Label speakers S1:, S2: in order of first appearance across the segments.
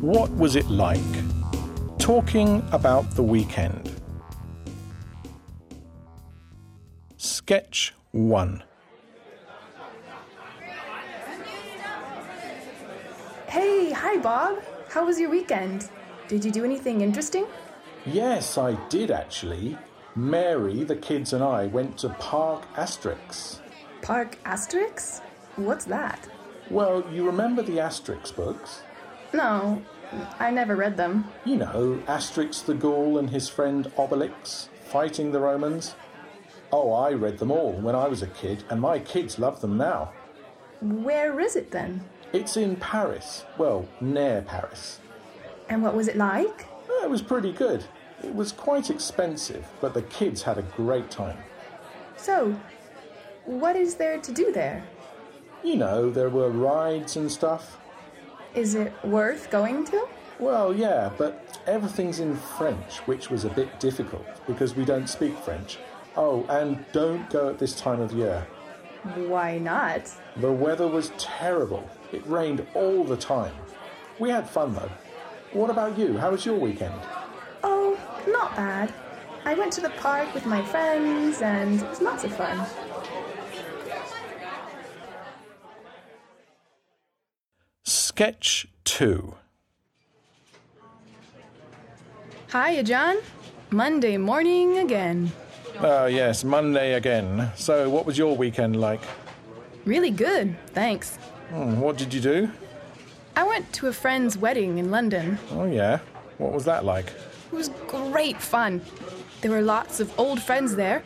S1: what was it like talking about the weekend? Sketch 1.
S2: Hey, hi, Bob. How was your weekend? Did you do anything interesting?
S1: Yes, I did actually. Mary, the kids, and I went to Park Asterix.
S2: Park Asterix? What's that?
S1: Well, you remember the Asterix books?
S2: No, I never read them.
S1: You know, Asterix the Gaul and his friend Obelix fighting the Romans. Oh, I read them all when I was a kid, and my kids love them now.
S2: Where is it then?
S1: It's in Paris. Well, near Paris.
S2: And what was it like?
S1: Eh, It was pretty good. It was quite expensive, but the kids had a great time.
S2: So, what is there to do there?
S1: You know, there were rides and stuff.
S2: Is it worth going to?
S1: Well, yeah, but everything's in French, which was a bit difficult because we don't speak French. Oh, and don't go at this time of year.
S2: Why not?
S1: The weather was terrible. It rained all the time. We had fun though. What about you? How was your weekend?
S2: Oh, not bad. I went to the park with my friends and it was lots of fun.
S1: Sketch 2.
S2: Hiya, John. Monday morning again.
S1: Oh, yes, Monday again. So, what was your weekend like?
S2: Really good, thanks.
S1: Hmm, what did you do?
S2: I went to a friend's wedding in London.
S1: Oh, yeah. What was that like?
S2: It was great fun. There were lots of old friends there,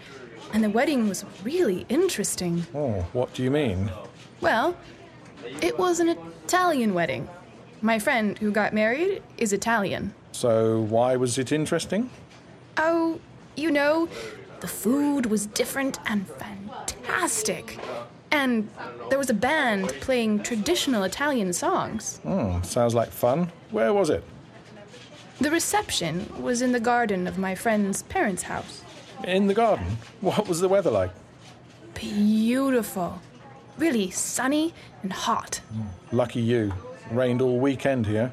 S2: and the wedding was really interesting.
S1: Oh, what do you mean?
S2: Well, it was an Italian wedding. My friend who got married is Italian.
S1: So, why was it interesting?
S2: Oh, you know, the food was different and fantastic. And there was a band playing traditional Italian songs.
S1: Hmm, sounds like fun. Where was it?
S2: The reception was in the garden of my friend's parents' house.
S1: In the garden. What was the weather like?
S2: Beautiful. Really sunny and hot.
S1: Lucky you. Rained all weekend here.